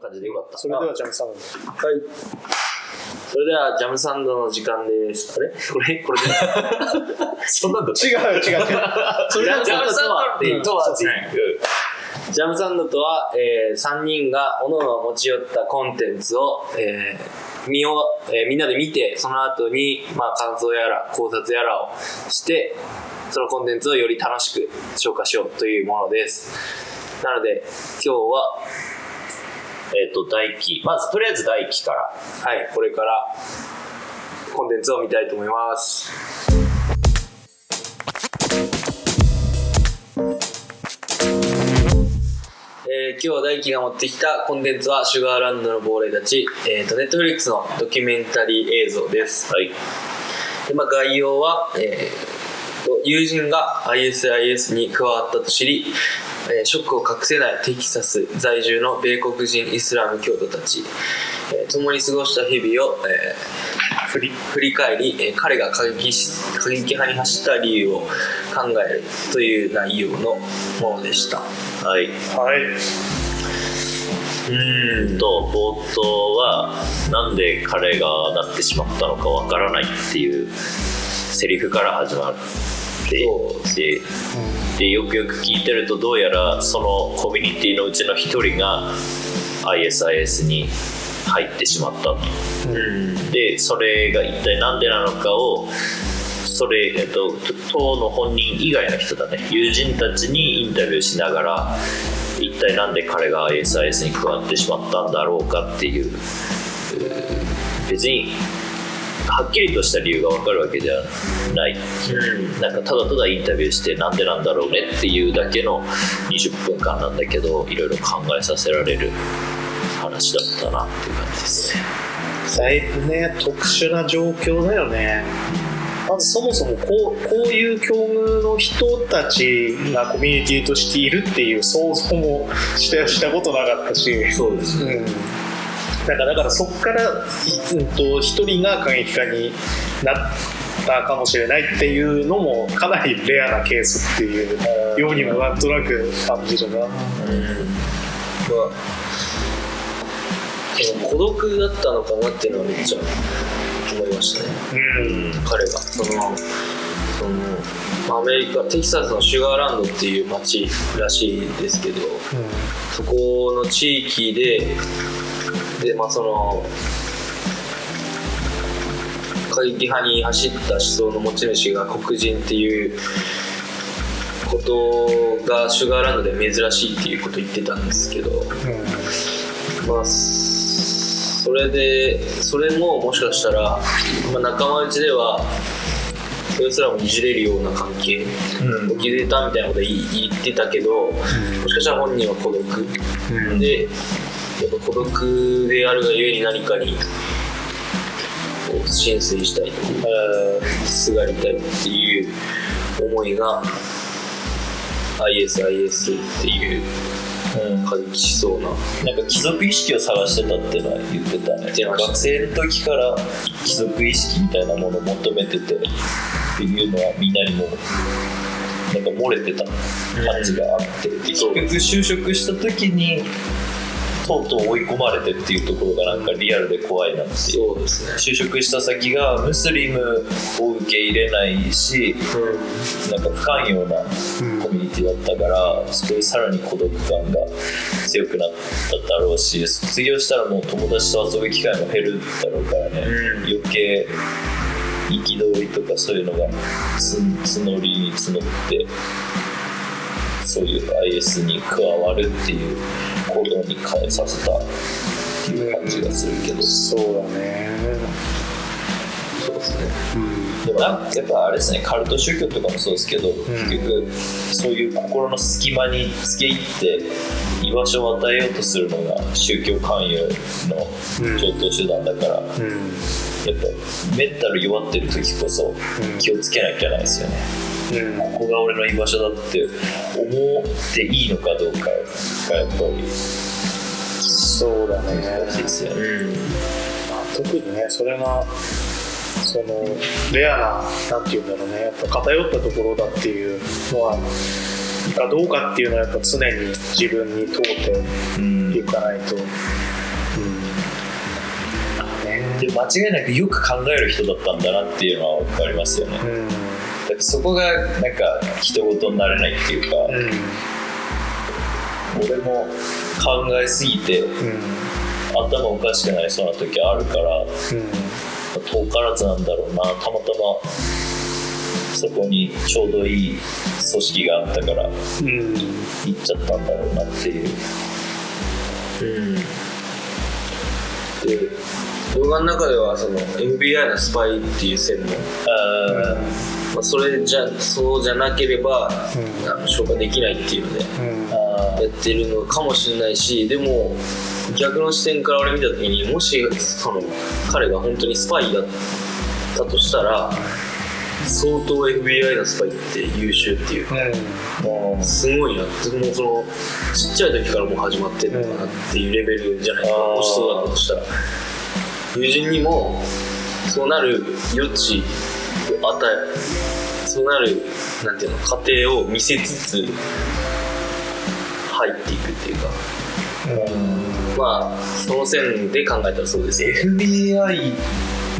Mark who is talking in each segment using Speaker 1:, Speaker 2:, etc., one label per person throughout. Speaker 1: 感じでよかった。
Speaker 2: それではジャムサウン
Speaker 1: は
Speaker 2: ド。
Speaker 1: い。それでは、ジャムサンドの時間です。あれこれこれ で。そんなんだった
Speaker 2: 違う違う違う。それでは
Speaker 1: ジャムサンドっていうとはっていう
Speaker 3: うん
Speaker 1: ジャムサンドとは、え3人が各々持ち寄ったコンテンツを、えー見ようえーみんなで見て、その後に、まあ、感想やら考察やらをして、そのコンテンツをより楽しく消化しようというものです。なので、今日は、
Speaker 3: えっ、と、大輝。まず、とりあえず大輝から。
Speaker 1: はい、これからコンテンツを見たいと思います。えー今日大輝が持ってきたコンテンツは「シュガーランドの亡霊たち」えー、とネットフリックスのドキュメンタリー映像です、はいでまあ、概要は、えーと友人が ISIS に加わったと知り、えーショックを隠せないテキサス在住の米国人イスラム教徒たち、えー共に過ごした日々を、えー振り振り返り、えー彼が過激し過激派に走った理由を考えるという内容のものでしたはい
Speaker 2: はい。
Speaker 3: うんと、冒頭は、なんで彼がなってしまったのかわからないっていうセリフから始まって
Speaker 1: そ
Speaker 3: ででよくよく聞いてるとどうやらそのコミュニティのうちの一人が ISIS に入ってしまったと
Speaker 1: うん
Speaker 3: でそれが一体何でなのかをそれ、えっと、党の本人以外の人だね友人たちにインタビューしながら一体なんで彼が ISIS に加わってしまったんだろうかっていううー別にはっきりとした理由が分かるわけではない、なんかただただインタビューしてなんでなんだろうねっていうだけの20分間なんだけどいろいろ考えさせられる話だったなっていう感じですね
Speaker 2: だいぶね、特殊な状況だよね。まずそもそもこうこういう境遇の人たちがコミュニティとしているっていう想像もしてしたことなかったし、
Speaker 1: そうですね
Speaker 2: うん、だからだからそこから、いうん、と一人が過激化になったかもしれないっていうのもかなりレアなケースっていうようにもなんとなく感じるな。
Speaker 1: まあでも孤独だったのかなっていうのはめっちゃ思いましたね
Speaker 2: うん
Speaker 1: 彼がそのそのまあアメリカテキサスのシュガーランドっていう町らしいですけどそこの地域でで、まあ、その過激派に走った思想の持ち主が黒人っていうことがシュガーランドで珍しいっていうこと言ってたんですけど。まあ、そそれでそれももしかしたら、まあ、仲間内ではそいつらもいじれるような関係を築いたみたいなこと言い言ってたけど、もしかしたら本人は孤独、
Speaker 2: うん
Speaker 1: でやっぱ孤独であるがゆえに何かにこう浸水したいとかすがりたいっていう思いが ISIS っていう過激しそうな。
Speaker 3: なんか貴族意識を探してたってのは言ってたね
Speaker 1: 言ってました
Speaker 3: 学生の時から貴族意識みたいなものを求めててっていうのはみんなにもなんか漏れてた感じがあって、で結局就職した時にとうとう追い込まれてっていうところがなんかリアルで怖いなっていう
Speaker 1: そうですね
Speaker 3: 就職した先がムスリムを受け入れないしなんか不寛容なコミュニティだったからそこにさらに孤独感が強くなっただろうし卒業したらもう友達と遊ぶ機会も減るだろうからね、
Speaker 1: うん
Speaker 3: 余計憤りとかそういうのがつ募りに募ってそういう IS に加わるっていう行動に変えさせたっていう感じがするけど。
Speaker 2: そうだね。
Speaker 1: そうですね
Speaker 3: でもなんかやっぱあれですねカルト宗教とかもそうですけど、結局そういう心の隙間につけ入って居場所を与えようとするのが宗教勧誘の上等手段だから、やっ
Speaker 2: うん。うん
Speaker 3: ぱメンタル弱ってる時こそ
Speaker 2: ん
Speaker 3: 気をつけなきゃないですよね、
Speaker 2: うん
Speaker 3: ここが俺の居場所だって思っていいのかどうかがやっぱり
Speaker 2: そうだね
Speaker 3: 難しいですよね、
Speaker 2: 特にねそれがそのレアななんていうんだろうねやっぱ偏ったところだっていうのはかどうかっていうのはやっぱ常に自分に問うていかないとね
Speaker 3: で間違いなくよく考える人だったんだなっていうのは分かりますよね
Speaker 2: うん
Speaker 3: だってそこがなんか人事になれないっていうか、
Speaker 2: うん
Speaker 3: 俺も考えすぎて頭おかしくなりそうな時あるから
Speaker 2: う
Speaker 3: 遠からずなんだろうなたまたまそこにちょうどいい組織があったから
Speaker 2: んうんうん
Speaker 3: 行っちゃったんだろうなっていう
Speaker 1: うんで動画の中ではその MBI のスパイっていう線も、
Speaker 3: あ
Speaker 1: まあ、それじゃそうじゃなければ、
Speaker 2: うん
Speaker 1: あの消化できないっていうので
Speaker 2: うん
Speaker 3: ーあ
Speaker 1: やってるのかもしれないしでも逆の視点から俺見た時にもしその彼が本当にスパイだったとしたら相当 FBI のスパイって優秀っていうか
Speaker 3: ーもう
Speaker 1: すごいなってもうそのちっちゃい時からもう始まってるのかなっていうレベルじゃないですか
Speaker 3: うん
Speaker 1: もしそうだったとしたら友人にもそうなる余地を与えそうなるなんていうの過程を見せつつ入っていくっていうかまあその線で考えたらそうですよ
Speaker 3: FBI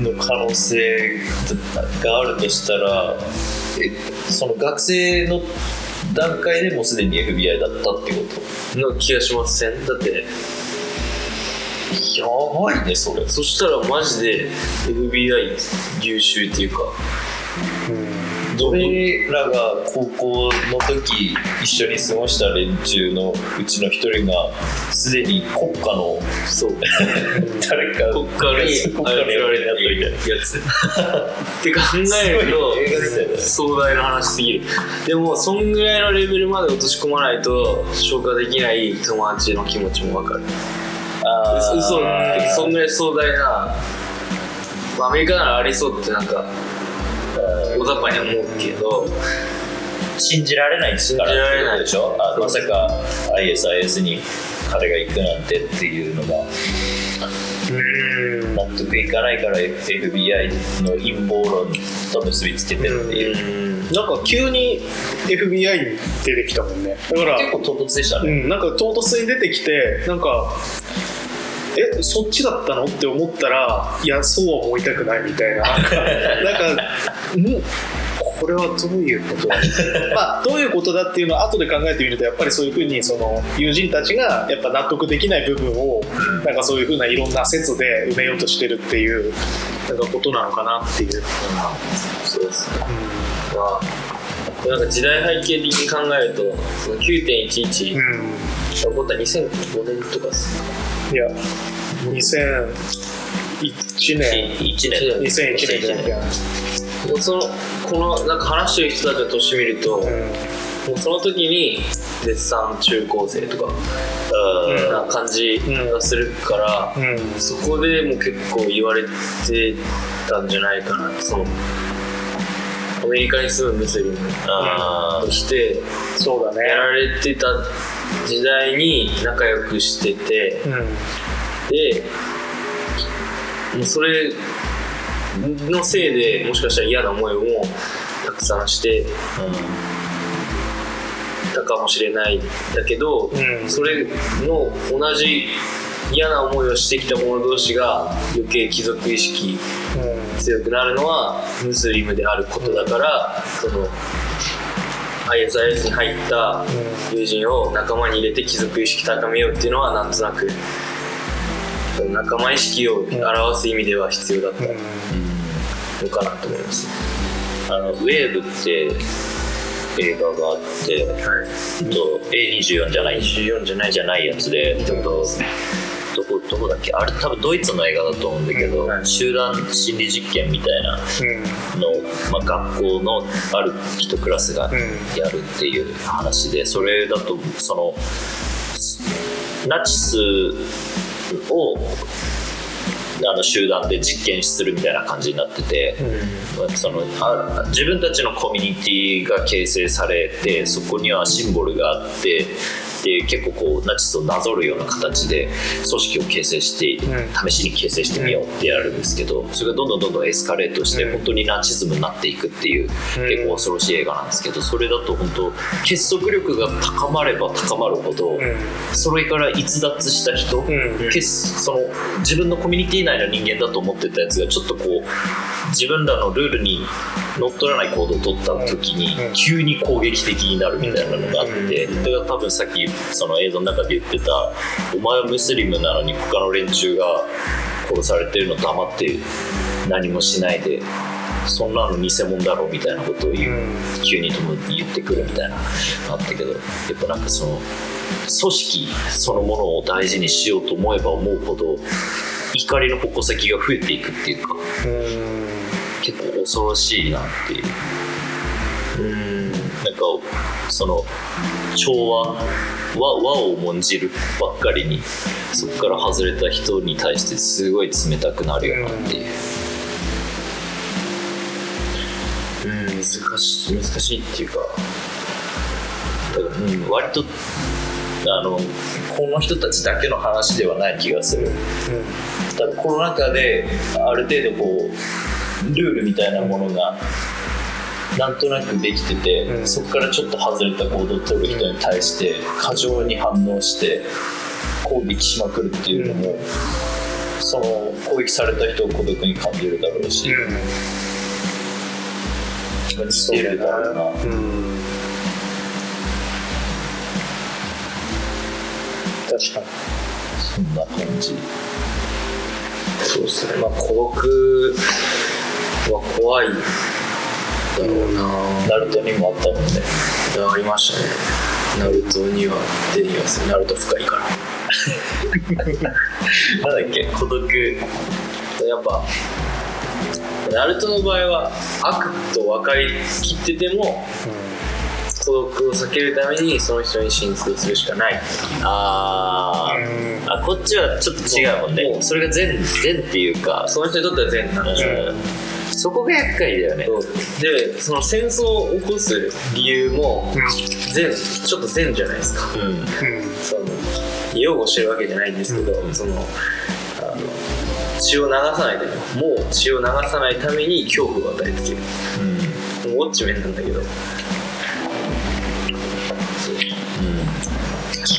Speaker 3: の可能性があるとしたらえその学生の段階でもうすでに FBI だったってこ
Speaker 1: の気がしませんだって
Speaker 3: とやばいねそれ
Speaker 1: そしたらマジで FBI 優秀っていうか
Speaker 3: 俺らが高校の時一緒に過ごした連中のうちの一人がすでに国家の
Speaker 1: そう
Speaker 3: 誰か
Speaker 1: 国家に操
Speaker 3: 国
Speaker 1: ら
Speaker 3: 家のや
Speaker 1: れ
Speaker 3: りな
Speaker 1: て
Speaker 3: みたい
Speaker 1: る
Speaker 3: な
Speaker 1: やつ って考える
Speaker 3: すごい映画ですよね
Speaker 1: と壮大な話すぎるでもそんぐらいのレベルまで落とし込まないと消化できない友達の気持ちもわかる
Speaker 3: あー
Speaker 1: 嘘そんぐらい壮大な、まあ、アメリカならありそうってなんか大雑把には思うけど
Speaker 3: 信じられない信
Speaker 1: 信じられない
Speaker 3: でしょあ
Speaker 1: そう
Speaker 3: まさか ISIS に彼が行くなんてっていうのが納得いかないから FBI の陰謀論と結びつけてるっていう、
Speaker 2: なんか急に FBI に出てきたもんねだから
Speaker 3: 結構唐突でした
Speaker 2: う
Speaker 3: ね、
Speaker 2: ん、なんか唐突に出てきてなんかえそっちだったのって思ったらいやそうは思いたくないみたい ななんかんこれはどういう ことまあどういうことだっていうのは後で考えてみるとやっぱりそういうふうにその友人たちがやっぱ納得できない部分をなんかそういうふうないろんな説で埋めようとしてるっていうなんかことなのかなっていう。
Speaker 1: そうですねまあなんか時代背景的に考えるとその9.11、
Speaker 2: うん
Speaker 1: 起こった2005年とかです
Speaker 2: いや
Speaker 1: 2001
Speaker 2: 2001年2001
Speaker 3: 1年
Speaker 2: 年みたいな。
Speaker 1: もうそのこのなんか話してる人たちの年見ると、もうその時に絶賛中高生とか
Speaker 3: うん
Speaker 1: な感じがするから、
Speaker 2: うん、
Speaker 1: そこでもう結構言われてたんじゃないかなそのアメリカに住むムスリム
Speaker 3: あ
Speaker 1: として
Speaker 2: そう
Speaker 1: や
Speaker 2: だね。
Speaker 1: られてた時代に仲良くしてて、でもうそれのせいでもしかしたら嫌な思いもたくさんして
Speaker 3: ーうん
Speaker 1: たかもしれないんだけど、
Speaker 2: うん
Speaker 1: それの同じ嫌な思いをしてきた者同士が余計貴族意識
Speaker 2: うん、うん、
Speaker 1: 強くなるのはムスリムであることだから、その ISIS に入った友人を仲間に入れて貴族意識高めようっていうのはなんとなくその仲間意識を表す意味では必要だったのかなと思います、
Speaker 3: あのウェーブって映画があって、
Speaker 1: はい
Speaker 3: えっと A24 じゃない24じゃないじゃないやつで、えっとどこどこだっけあれ多分ドイツの映画だと思うんだけど、
Speaker 1: うんはい
Speaker 3: 集団心理実験みたいなのを、まあ、学校のある一クラスが
Speaker 2: うん
Speaker 3: やるっていう話でそれだとそのナチスをあの集団で実験するみたいな感じになってて。そのあ自分たちのコミュニティが形成されてそこにはシンボルがあってって結構こうナチスをなぞるような形で組織を形成して、
Speaker 2: う
Speaker 3: 試しに形成してみようってやるんですけどそれがどんどんどんどんエスカレートして
Speaker 2: うん
Speaker 3: 本当にナチズムになっていくってい
Speaker 2: う
Speaker 3: う
Speaker 2: ん
Speaker 3: 結構恐ろしい映画なんですけどそれだと本当結束力が高まれば高まるほどそれから逸脱した人、
Speaker 2: うん
Speaker 3: けその自分のコミュニティ内の人間だと思ってたやつがちょっとこう自分らのルールに乗っ取らない行動を取った時に
Speaker 2: うん
Speaker 3: 急に攻撃的になるみたいなのがあって
Speaker 2: うん
Speaker 3: それが多分さっきその映像の中で言ってた「お前はムスリムなのに他の連中が殺されてるの黙って何もしないでそんなの偽物だろ」みたいなことを言う急にとも言ってくるみたいなあったけどやっぱなんかその組織そのものを大事にしようと思えば思うほど怒りの矛先が増えていくっていうか
Speaker 2: うん
Speaker 3: 結構恐ろしいなっていううんなんかその調和和和を重んじるばっかりにそこから外れた人に対してすごい冷たくなるよなっていううん難しい難しいっていうかだからうん割とあのこの人たちだけの話ではない気がするただコロナ禍である程度こうルールみたいなものがなんとなくできてて、
Speaker 2: うん
Speaker 3: そこからちょっと外れた行動を取る人に対して過剰に反応して攻撃しまくるっていうのも、その攻撃された人を孤独に感じるだろうし、似てるだろうな
Speaker 2: うんうん確かに
Speaker 3: そんな感じ。
Speaker 1: そうですねまあ孤独は怖いだろうな
Speaker 3: ナルトにもあったもんね。
Speaker 1: ありましたねナルトには出てきますねナルト深いから
Speaker 3: なんだっけ孤独
Speaker 1: やっぱナルトの場合は悪と分かりきってても孤独を避けるためにその人に申請するしかない
Speaker 3: あー、
Speaker 2: う
Speaker 3: あこっちはちょっと違うもんね
Speaker 1: もう
Speaker 3: それが善善っていうか
Speaker 1: その人にとっては善なんでしょう
Speaker 3: うんそこが厄介だよね
Speaker 1: でその戦争を起こす理由も
Speaker 2: ん
Speaker 1: 善ちょっと善じゃないですか
Speaker 3: うん
Speaker 1: その擁護してるわけじゃないんですけど、
Speaker 3: うん
Speaker 1: そのあの血を流さないためもう血を流さないために恐怖を与えつけるもうウォッチメンなんだけど
Speaker 2: 確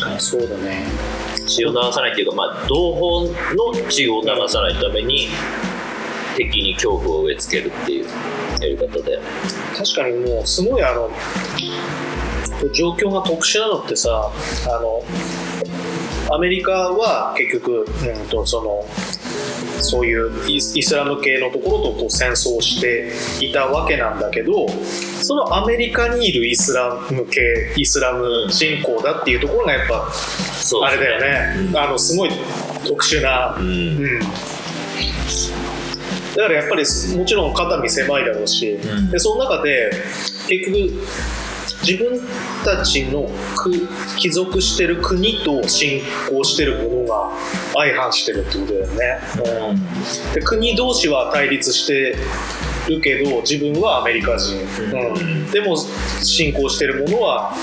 Speaker 2: かにそうだね
Speaker 3: 血を流さないっていうか、まあ、同胞の血を流さないために敵に恐怖を植え付けるっていうやり方だよね
Speaker 2: 確かにもうすごいあの状況が特殊なのってさあのアメリカは結局、うん、とそのそういうイスイスラム系のところとこう戦争していたわけなんだけどそのアメリカにいるイスラム系イスラム信仰だっていうところがやっぱ
Speaker 3: そう
Speaker 2: あ
Speaker 3: で
Speaker 2: れ
Speaker 3: す
Speaker 2: だよね、
Speaker 3: うん
Speaker 2: あのすごい特殊な
Speaker 3: うん
Speaker 2: うん、だからやっぱりもちろん肩身狭いだろうし、
Speaker 3: うん
Speaker 2: でその中で結局自分たちのく帰属してる国と信仰してるものが相反してるってことだよね、で国同士は対立してるけど自分はアメリカ人、うんでも信仰してるものは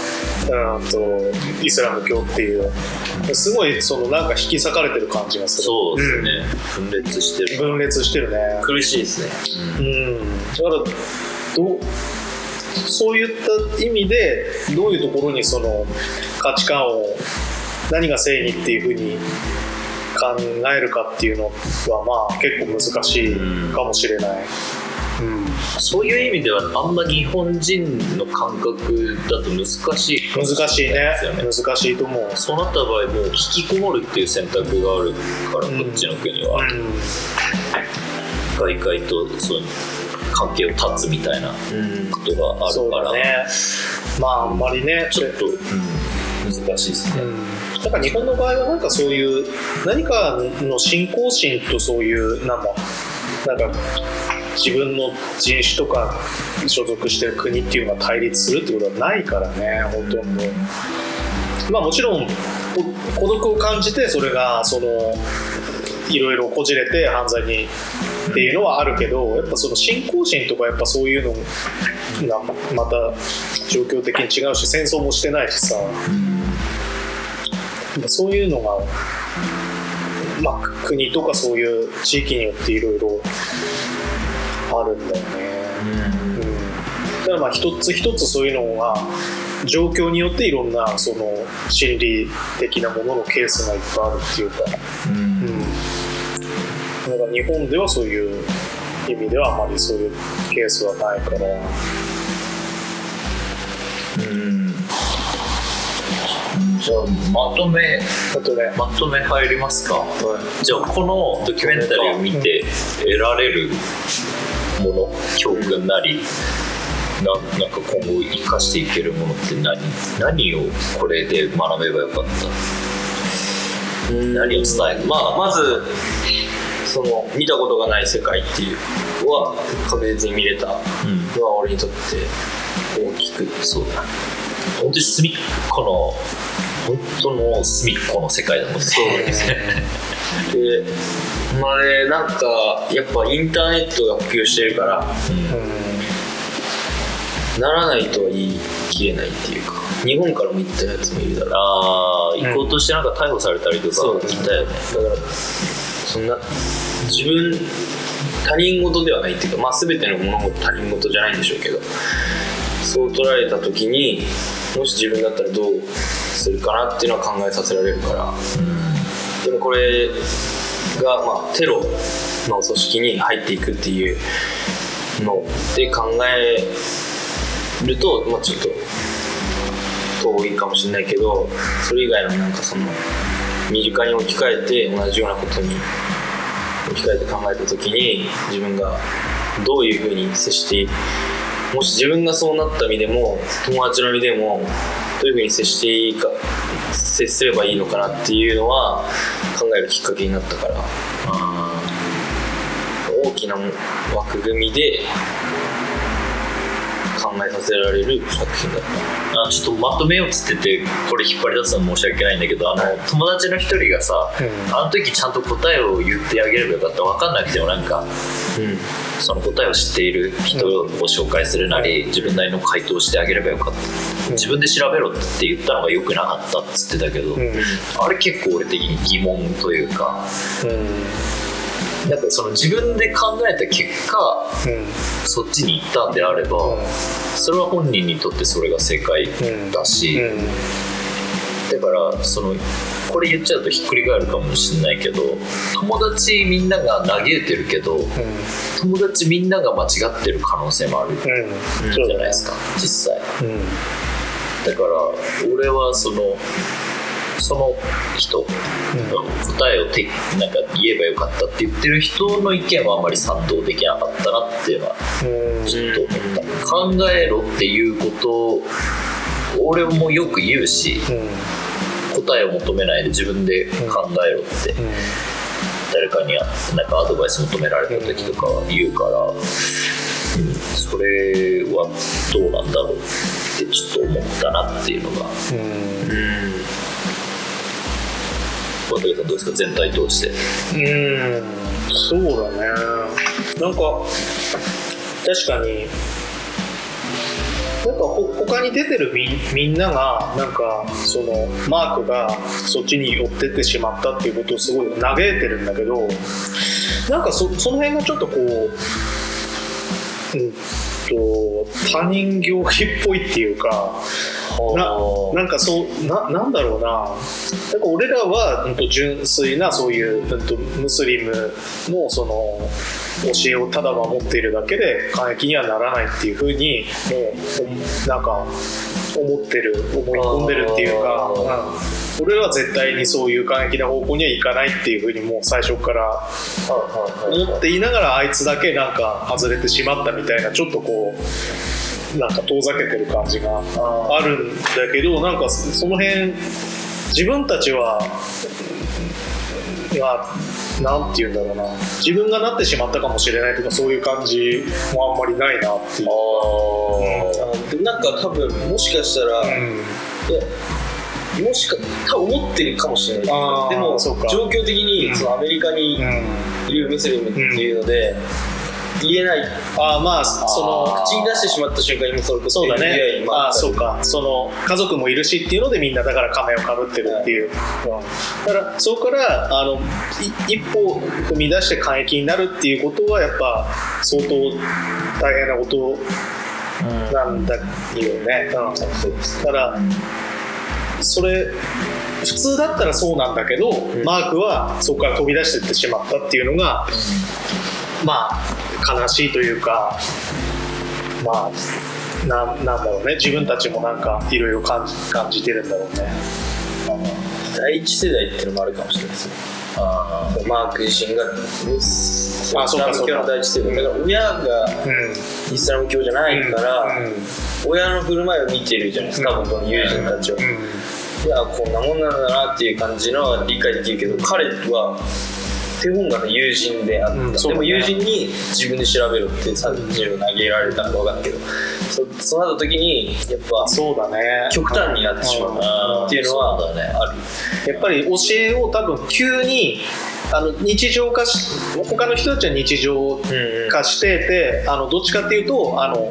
Speaker 2: うんとイスラム教っていうすごいそのなんか引き裂かれてる感じがする
Speaker 3: そうですね
Speaker 2: ん、
Speaker 3: 分裂してる
Speaker 2: 分裂してるね
Speaker 1: 苦しいですね
Speaker 2: うんだからどうそういった意味でどういうところにその価値観を何が正義っていうふうに考えるかっていうのはまあ結構難しいかもしれない、うん
Speaker 3: そういう意味ではあんま日本人の感覚だと難しいかも
Speaker 2: 難しいね
Speaker 3: ですよね
Speaker 2: 難しいと思う、
Speaker 3: そうなった場合もう引きこもるっていう選択があるから、
Speaker 2: うん
Speaker 3: こっちの国は、
Speaker 2: うん
Speaker 3: 外界とその関係を断つみたいなことがあ
Speaker 2: そ
Speaker 3: る
Speaker 2: う
Speaker 3: から、
Speaker 2: だねまああんまりね
Speaker 3: ちょっと、うん難しいですね、
Speaker 2: なんか日本の場合はなんかそういう何かの信仰心とそういうなんだなんか自分の人種とか所属してる国っていうのが対立するってことはないからねほとんどまあもちろんこ孤独を感じてそれがそのいろいろこじれて犯罪にっていうのはあるけどやっぱその信仰心とかやっぱそういうのがまた状況的に違うし戦争もしてないしさなんかそういうのが、まあ、国とかそういう地域によっていろいろあるんだよね。うん、だからまあ一つ一つそういうのが状況によっていろんなその心理的なもののケースがいっぱいあるっていうか、
Speaker 1: うん
Speaker 2: うん、だから日本ではそういう意味ではあまりそういうケースはないから、
Speaker 3: うんじゃあまとめ
Speaker 2: あとね、
Speaker 3: まとめ入りますか、じゃあこのドキュメンタリーを見て得られるもの教訓なり、ななんか今後生かしていけるものって何何をこれで学べばよかった何を伝える
Speaker 1: まあ、まずその見たことがない世界っていうのは確実に見れたの
Speaker 3: うん
Speaker 1: は俺にとって大きく
Speaker 3: そうだ本当に隅っこの本当の隅っこの世界だもんね
Speaker 1: そうですねでまあねなんかやっぱインターネットが普及してるから
Speaker 2: う
Speaker 1: ならないとは言い切れないっていうか日本からも行ったやつもいるだろう
Speaker 3: ああ行こうとしてなんか逮捕されたりとか
Speaker 1: そう
Speaker 3: いたよ
Speaker 1: だか
Speaker 3: ね
Speaker 1: らそんな自分他人事ではないっていうか、まあ、全ての物事他人事じゃないんでしょうけどそう捉えた時にもし自分だったらどうするかなっていうのは考えさせられるからでもこれが、まあ、テロの組織に入っていくっていうので考えると、まあ、ちょっと遠いかもしれないけどそれ以外のなんかその身近に置き換えて同じようなことに置き換えて考えた時に自分がどういうふうに接してもし自分がそうなった身でも友達の身でもどういうふうに接していいか接すればいいのかなっていうのは考えるきっかけになったから
Speaker 3: あ
Speaker 1: 大きな枠組みで考えさせられる作品だっ
Speaker 3: ーあちょっとまとめようっつっててこれ引っ張り出すのは申し訳ないんだけどあの友達の一人がさ、
Speaker 2: うん
Speaker 3: あの時ちゃんと答えを言ってあげればよかった分かんなくてもなんか
Speaker 1: た、うん、
Speaker 3: その答えを知っている人を紹介するなり、自分なりの回答をしてあげればよかった、
Speaker 2: うん
Speaker 3: 自分で調べろって言ったのが良くなかったっつってたけど、
Speaker 2: ん、うん、
Speaker 3: あれ結構俺的に疑問というかやっぱりその自分で考えた結果
Speaker 2: う
Speaker 3: そっちに行ったんであれば、
Speaker 2: ん、
Speaker 3: それは本人にとってそれが正解だし、だからそのこれ言っちゃうとひっくり返るかもしれないけど友達みんなが嘆いてるけど友達みんなが間違ってる可能性もあるじ
Speaker 2: うん、
Speaker 3: ゃないですか実際
Speaker 2: うん、うん、
Speaker 3: だから俺はそのその人、答えをてなんか言えばよかったって言ってる人の意見はあんまり賛同できなかったなっていうのはちょっと思った、考えろっていうことを俺もよく言うし
Speaker 2: うん、
Speaker 3: 答えを求めないで自分で考えろって、
Speaker 2: うん、
Speaker 3: 誰かになんかアドバイス求められた時とかは言うから、うんそれはどうなんだろうってちょっと思ったなっていうの
Speaker 2: う
Speaker 3: が
Speaker 2: ん。
Speaker 3: 渡辺さんどうですか全体通して
Speaker 2: うんそうだねなんか確かになんかほ他に出てるみみんながなんかそのマークがそっちに寄ってってしまったっていうことをすごい嘆いてるんだけどなんかそその辺がちょっとこう、うん、と他人行儀っぽいっていうかななんかそうななんだろうななんか俺らは、うん、と純粋なそういう、うん、とムスリムのその教えをただ守っているだけで過激にはならないっていうふうにもうおなんか思ってる思い込んでるっていうか
Speaker 1: あ、
Speaker 2: うん俺らは絶対にそういう過激な方向にはいかないっていうふうにもう最初から思っていながらあいつだけなんか外れてしまったみたいなちょっとこうなんか遠ざけてる感じがあるんだけどなんかそその辺自分たちはまあなんて言うんだろうな自分がなってしまったかもしれないとかそういう感じもあんまりないなっていう。
Speaker 1: あでもなんか多分もしかしたら、
Speaker 2: うん
Speaker 1: いやもしか多分思ってるかもしれない
Speaker 2: あー
Speaker 1: でも
Speaker 2: そうか
Speaker 1: 状況的に、
Speaker 2: うん
Speaker 1: そのアメリカに
Speaker 2: うん
Speaker 1: いるムスリムっていうので、言えない
Speaker 2: ああまあその
Speaker 1: 口に出してしまった瞬間にもうそれこそ
Speaker 2: そうだ
Speaker 1: FBI
Speaker 2: ね
Speaker 1: に
Speaker 2: ああ
Speaker 1: 回され
Speaker 2: そう
Speaker 1: る
Speaker 2: かその家族もいるしっていうのでみんなだから仮面をかぶってるっていう、うんだからそこからあのい一歩踏み出して過激になるっていうことはやっぱ相当大変なことなんだよね、うんだからそれ普通だったらそうなんだけど、マークはそこから飛び出していってしまったっていうのが、まあ悲しいというかまあななんだろうね自分たちもなんかいろいろ感じ感じてるんだろうね
Speaker 1: 第一世代っていうのもあるかもしれないですね
Speaker 3: あ
Speaker 1: マーク自身がイスラム教の第一世代だから親が
Speaker 2: うん
Speaker 1: イスラム教じゃないから、
Speaker 2: うん
Speaker 1: 親の振る舞いを見てるじゃないですか、
Speaker 2: うん
Speaker 1: 僕の友人たちを、いやこんなもんなんだなっていう感じの理解できるけど彼は手本が友人であった、
Speaker 2: うんそう
Speaker 1: で
Speaker 2: だ
Speaker 1: も
Speaker 2: ね
Speaker 1: 友人に自分で調べろって30を投げられたのか分かんないけどそそうなった時にやっぱ
Speaker 2: そうだね
Speaker 1: 極端になってしまうっていうのはある
Speaker 2: やっぱり教えを多分急にあの日常化し他の人たちは日常化してて、あのどっちかっていうとあの、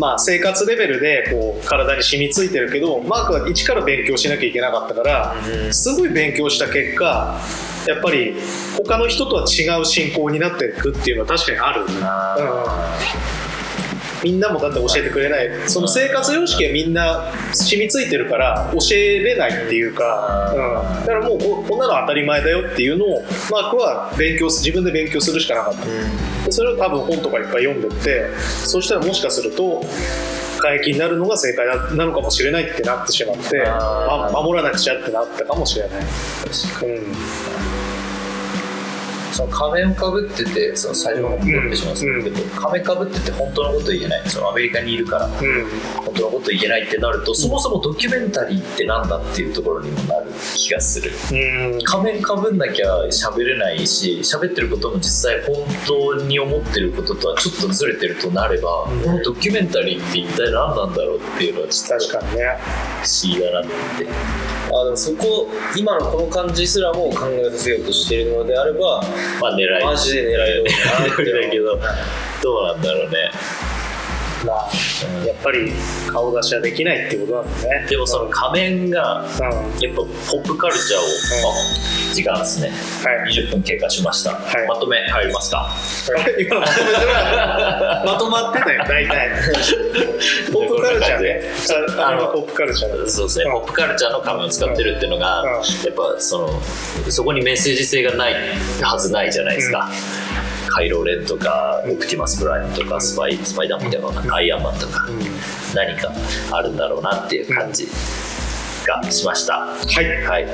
Speaker 2: まあ、生活レベルでこう体に染みついてるけどマークは一から勉強しなきゃいけなかったから、
Speaker 1: うん
Speaker 2: すごい勉強した結果やっぱり他の人とは違う信仰になっていくっていうのは確かにある、うんみんなもだって教えてくれないその生活様式はみんな染みついてるから教えれないっていうか、うん、だからもうここんなの当たり前だよっていうのをマークは勉強す自分で勉強するしかなかったでそれを多分本とかいっぱい読んでってそしたらもしかすると過激になるのが正解だなのかもしれないってなってしまって
Speaker 1: あー
Speaker 2: ま守らなくちゃってなったかもしれない、うん
Speaker 3: その仮面をかぶっててその最初の方に戻ってしまうんですけど、仮面かぶってて本当のこと言えないそのアメリカにいるから
Speaker 2: うん、
Speaker 3: 本当のこと言えないってなると、そもそもドキュメンタリーってなんだっていうところにもなる気がする
Speaker 2: うん
Speaker 3: 仮面かぶんなきゃ喋れないし喋ってることも実際本当に思ってることとはちょっとずれてるとなれば、
Speaker 2: ん
Speaker 3: このドキュメンタリーって一体何なんだろうっていうのはちょっと
Speaker 2: 確かにね
Speaker 3: 不思議だなって
Speaker 1: あでもそこ今のこの感じすらも考えさせようとしているのであれば
Speaker 3: まあ狙い
Speaker 1: マジで狙いどうかなっていうのは
Speaker 3: だけどどうなんだろうね
Speaker 2: まあ
Speaker 3: うん
Speaker 2: やっぱり顔出しはできないっていうことなんだね
Speaker 3: でもその仮面が
Speaker 2: うん、は
Speaker 3: やっぱポップカルチャーを、あ時間ですね
Speaker 2: い
Speaker 3: 20分経過しました、
Speaker 2: はい
Speaker 3: まとめ入りますか
Speaker 2: 今のまとめづらいまとまってたよ大体ポップカルチャーねああれはポップカルチャーだ
Speaker 3: そうですね、
Speaker 2: うん
Speaker 3: ポップカルチャーの仮面を使ってるっていうのが、
Speaker 2: うん
Speaker 3: やっぱそのそこにメッセージ性がないはずないじゃないですか、カイロレンとかオプティマス・プライムとかスパイスパイダーマンとかアイアンマンとか、何かあるんだろうなっていう感じがしました、
Speaker 2: はい
Speaker 3: はい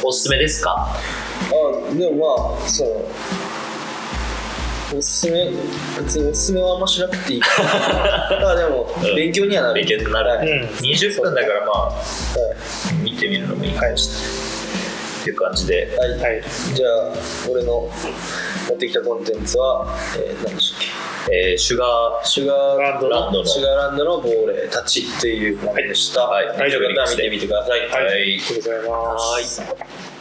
Speaker 3: おすすめですか
Speaker 1: あでもまあそうおすすめ別におすすめはあんましなくていいからあでも
Speaker 3: うん
Speaker 1: 勉強にはなる
Speaker 3: 勉強になる、
Speaker 2: うん
Speaker 3: 20分だからまあ見てみるのもいいかもしれない、っていう感じで
Speaker 1: はい、はい
Speaker 2: はい
Speaker 1: じゃあ俺の持ってきたコンテンツは、えー、何でしたっけ
Speaker 3: えーシュガー
Speaker 1: シュガー
Speaker 2: ランド
Speaker 3: ランドの
Speaker 1: シュガーランドの亡霊たちというものでした、はいい、よかったら見てみてください、
Speaker 2: はい
Speaker 3: はい
Speaker 2: ありがとうございます
Speaker 1: はい